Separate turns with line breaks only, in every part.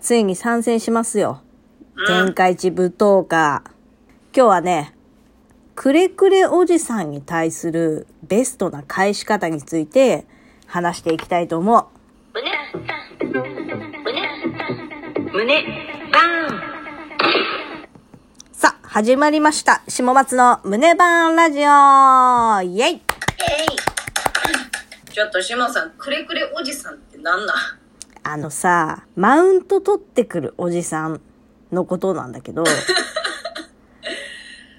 ついに参戦しますよ。
うん。
天下一舞踏家。今日はね、くれくれおじさんに対するベストな返し方について話していきたいと思う。
胸、胸、バーン。
さあ、始まりました。下松の胸バーンラジオイェイ
ちょっとシモさん、くれくれおじさんってなんなん
あのさ、マウント取ってくるおじさんのことなんだけ ど、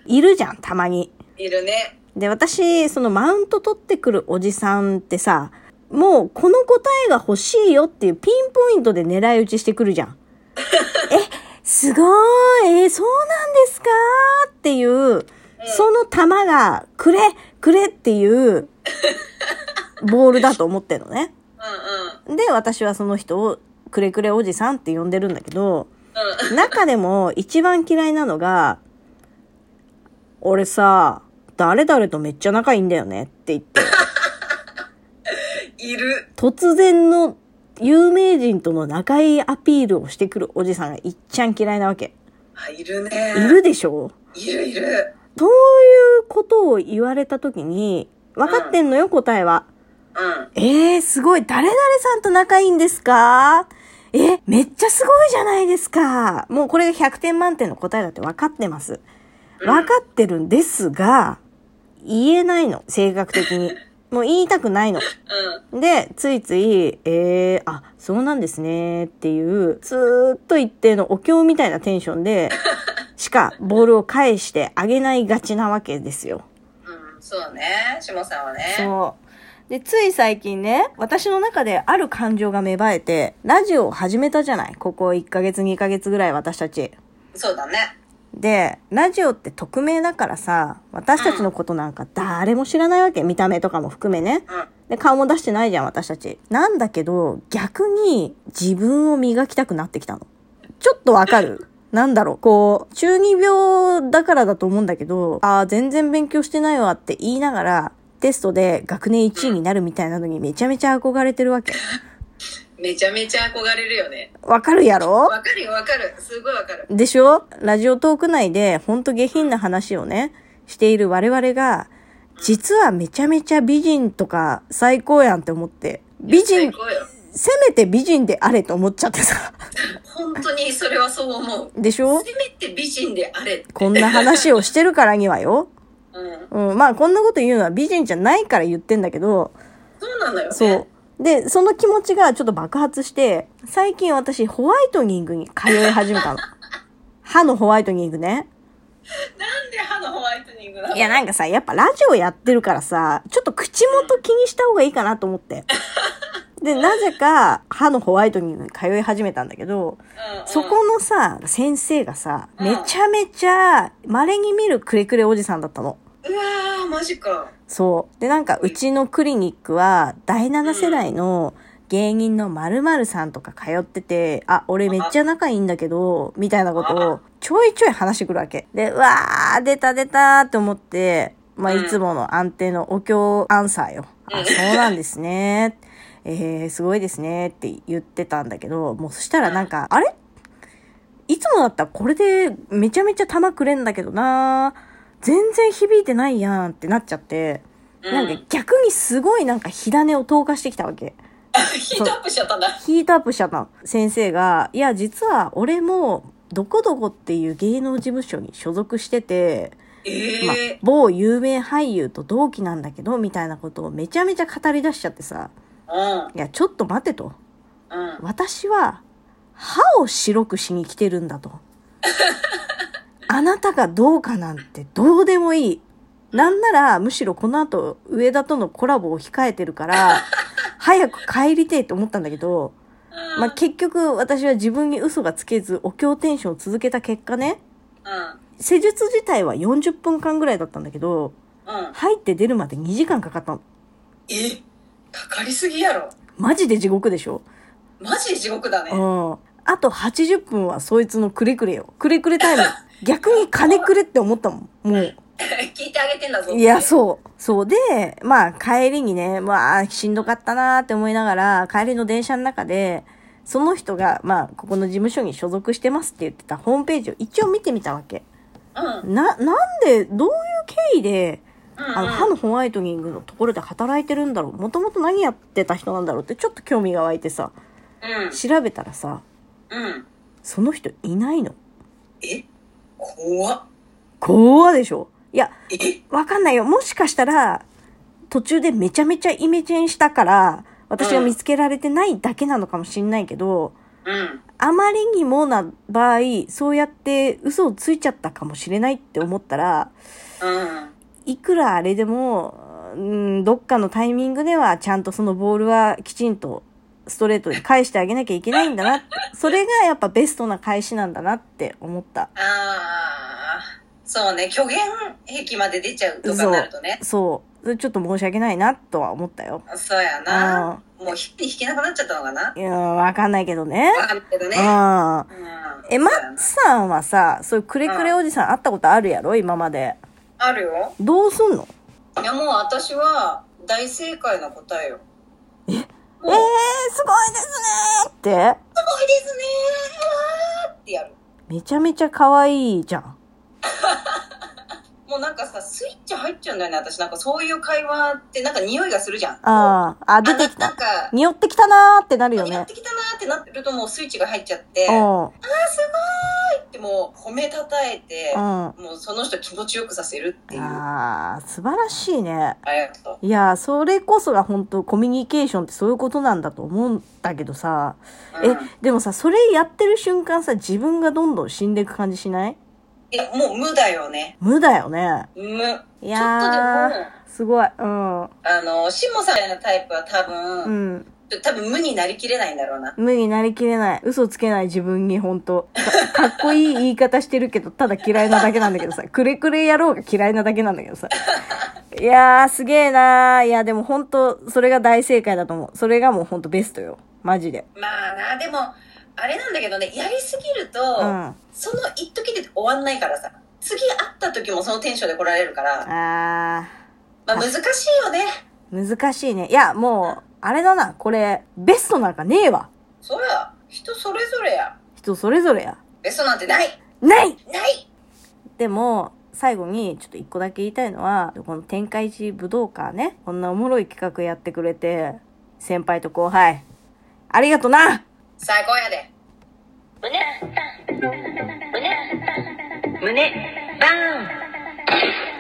いるじゃん、たまに。
いるね。
で、私、そのマウント取ってくるおじさんってさ、もうこの答えが欲しいよっていうピンポイントで狙い撃ちしてくるじゃん。え、すごーい、えーそうなんですかーっていう、その球が、くれ、くれっていう、ボールだと思ってるのね。
う
で、私はその人を、くれくれおじさんって呼んでるんだけど、
んうん。うん。
中でも一番嫌いなのが、俺さ、誰々とめっちゃ仲いいんだよねって言って、
いる。
突然の有名人との仲いいアピールをしてくるおじさんがいっちゃん嫌いなわけ。
あ、いるね。
いるでしょ
いるいる。
そういうことを言われた時に、分かってんのよ、答えは。
うん。
えー、すごい。誰々さんと仲いいんですかえ、めっちゃすごいじゃないですか。もうこれが100点満点の答えだって分かってます。
うん
分かってるんですが、言えないの。性格的に。もう言いたくないの。
うん。
で、ついつい、えー、あ、そうなんですねっていう、ずーっと一定のお経みたいなテンションで、しかボールを返してあげないがちなわけですよ。
うん、そうね。シモさんはね。
そう。で、つい最近ね、私の中である感情が芽生えて、ラジオを始めたじゃないここ1ヶ月2ヶ月ぐらい私たち。
そうだね。
で、ラジオって匿名だからさ、私たちのことなんか誰も知らないわけ。見た目とかも含めね。
うん。
で、顔も出してないじゃん、私たち。なんだけど、逆に自分を磨きたくなってきたの。ちょっとわかる。 なんだろう、こう、中二病だからだと思うんだけど、ああ、全然勉強してないわって言いながら、テストで学年1位になるみたいなのにめちゃめちゃ憧れてるわけ。
めちゃめちゃ憧れるよね。
わかるやろ
わかるよ、わかる。すごいわかる。
でしょラジオトーク内で、ほんと下品な話をね、している我々が、実はめちゃめちゃ美人とか最高やんって思って、美人
最、高よ。
せめて美人であれと思っちゃってさ。
本当にそれはそう思う。
でしょ
せめて美人であれ。
こんな話をしてるからにはよ。
うん。
うん、まあこんなこと言うのは美人じゃないから言ってんだけど、
そうなのよね。
そう。で、その気持ちがちょっと爆発して、最近私ホワイトニングに通い始めたの。歯のホワイトニングね。
なんで歯のホワイトニングなの
いやなんかさ、やっぱラジオやってるからさ、ちょっと口元気にした方がいいかなと思って。で、なぜか歯のホワイトニングに通い始めたんだけど、
うんうん
そこのさ、先生がさ、
うん
めちゃめちゃ稀に見るくれくれおじさんだったの。
うわー、マジか。
そう。で、なんか、うちのクリニックは、第7世代の芸人の〇〇さんとか通ってて、あ、俺めっちゃ仲いいんだけど、みたいなことを、ちょいちょい話してくるわけ。で、うわー、出た出たーって思って、まあ、
うん
いつもの安定のお経アンサーよ。
う
あ、
ん
そうなんですね。 えー、すごいですねって言ってたんだけど、もうそしたらなんか、あれいつもだったらこれでめちゃめちゃ玉くれんだけどな全然響いてないやんってなっちゃって、
うん
なんか逆にすごいなんか火種を投下してきたわけ。
ヒートアップしちゃったんだ。
ヒートアップしちゃったの。先生が、いや実は俺もどこどこっていう芸能事務所に所属してて、
え
まあ
え
某有名俳優と同期なんだけど、みたいなことをめちゃめちゃ語り出しちゃってさ、いやちょっと待てと。
うん。うん。
私は歯を白くしに来てるんだと。あなたがどうかなんてどうでもいい。なんなら、むしろこの後、上田とのコラボを控えてるから、早く帰りてえと思ったんだけど、まあ、結局私は自分に嘘がつけず、お経テンションを続けた結果ね、施術自体は40分間ぐらいだったんだけど、
うん。うん。
入って出るまで2時間かかったの。
えかかりすぎやろ。
マジで地獄でしょ
マジで地獄だね。
うん。あと80分はそいつのくれくれよ。くれくれタイム。逆に金くれって思ったもん。もう。
聞いてあげてんだぞ。
いや、そう。そう。で、まあ帰りにね、まあしんどかったなーって思いながら、帰りの電車の中で、その人が、まあ、ここの事務所に所属してますって言ってたホームページを一応見てみたわけ。
うん。
な、なんで、どういう経緯で、
うん、
あの、歯のホワイトニングのところで働いてるんだろうもともと何やってた人なんだろうってちょっと興味が湧いてさ、調べたらさ、
うん。うん。
その人いないの。
え怖っ。
怖でしょいや、
え
わかんないよ。もしかしたら、途中でめちゃめちゃイメチェンしたから、私が見つけられてないだけなのかもしんないけど、
うん。
あまりにもな場合、そうやって嘘をついちゃったかもしれないって思ったら、
うん。
いくらあれでも、うん、どっかのタイミングではちゃんとそのボールはきちんとストレートで返してあげなきゃいけないんだ なって。それがやっぱベストな返しなんだなって思った。
ああ、そうね。虚言癖まで出ちゃうとか
そう
なるとね。
そう。それちょっと申し訳ないなとは思ったよ。
そうやな。もう引き引けなくなっちゃったのかな。
いやー、わかんないけどね。
わかるけど
う
ね。
ん。
うん
え、マッツさんはさ、そういうくれくれおじさん会ったことあるやろ今まで。
あるよ。
どうすんの
いや、もう私は大正解の答えよ。
え
も
ー、
う、
すごいですねーって。
すごいですねーわーってやる。
めちゃめちゃ可愛いじゃん。
もうなんかさ、スイッチ入っちゃうんだよね、私。なんかそういう会話ってなんか匂いがするじゃん。
あーあ、
こう
出てき
あな
た
ん。か、
匂ってきたなーってなるよ
やっ
ね。
てきたなーってなってるともうスイッチが入っちゃって、
う
あ
ん。うん。
ーすごーいってもう褒めたたえて、
あ
もうその人気持ちよくさせるっていう。あ
あー、素晴らしいね。
りがとう。
いやー、それこそが本当コミュニケーションってそういうことなんだと思うんだけどさ。
うん
え、でもさ、それやってる瞬間さ、自分がどんどん死んでいく感じしない
いや、もう無だよね。
無だよね。
無。
いや
ちょっとでも
ー、すごい。うん。
あの、しもさんのタイプは多分、
うん。
ちょ多分無になりきれないんだろうな。
無になりきれない。嘘つけない自分に本当か かっこいい言い方してるけど、ただ嫌いなだけなんだけどさ。くれくれ野郎が嫌いなだけなんだけどさ。いやー、すげえなー。いや、でも本当それが大正解だと思う。それがもう本当ベストよ。マジで。
まあな、でも、あれなんだけどね、やりすぎると、
うん。あ
その一時で終わんないからさ。次会った時もそのテンションで来られるから、
ー、
まあ難しいよね。
難しいね。いや、もう、あれだな。これ、ベストなんかねえわ。
そりゃ、人それぞれや。
人それぞれや。
ベストなんてない
ない
ない
でも、最後にちょっと一個だけ言いたいのは、この天開一武道館ね、こんなおもろい企画やってくれて、先輩と後輩、ありがとな
最高やで。
胸バーン胸バーン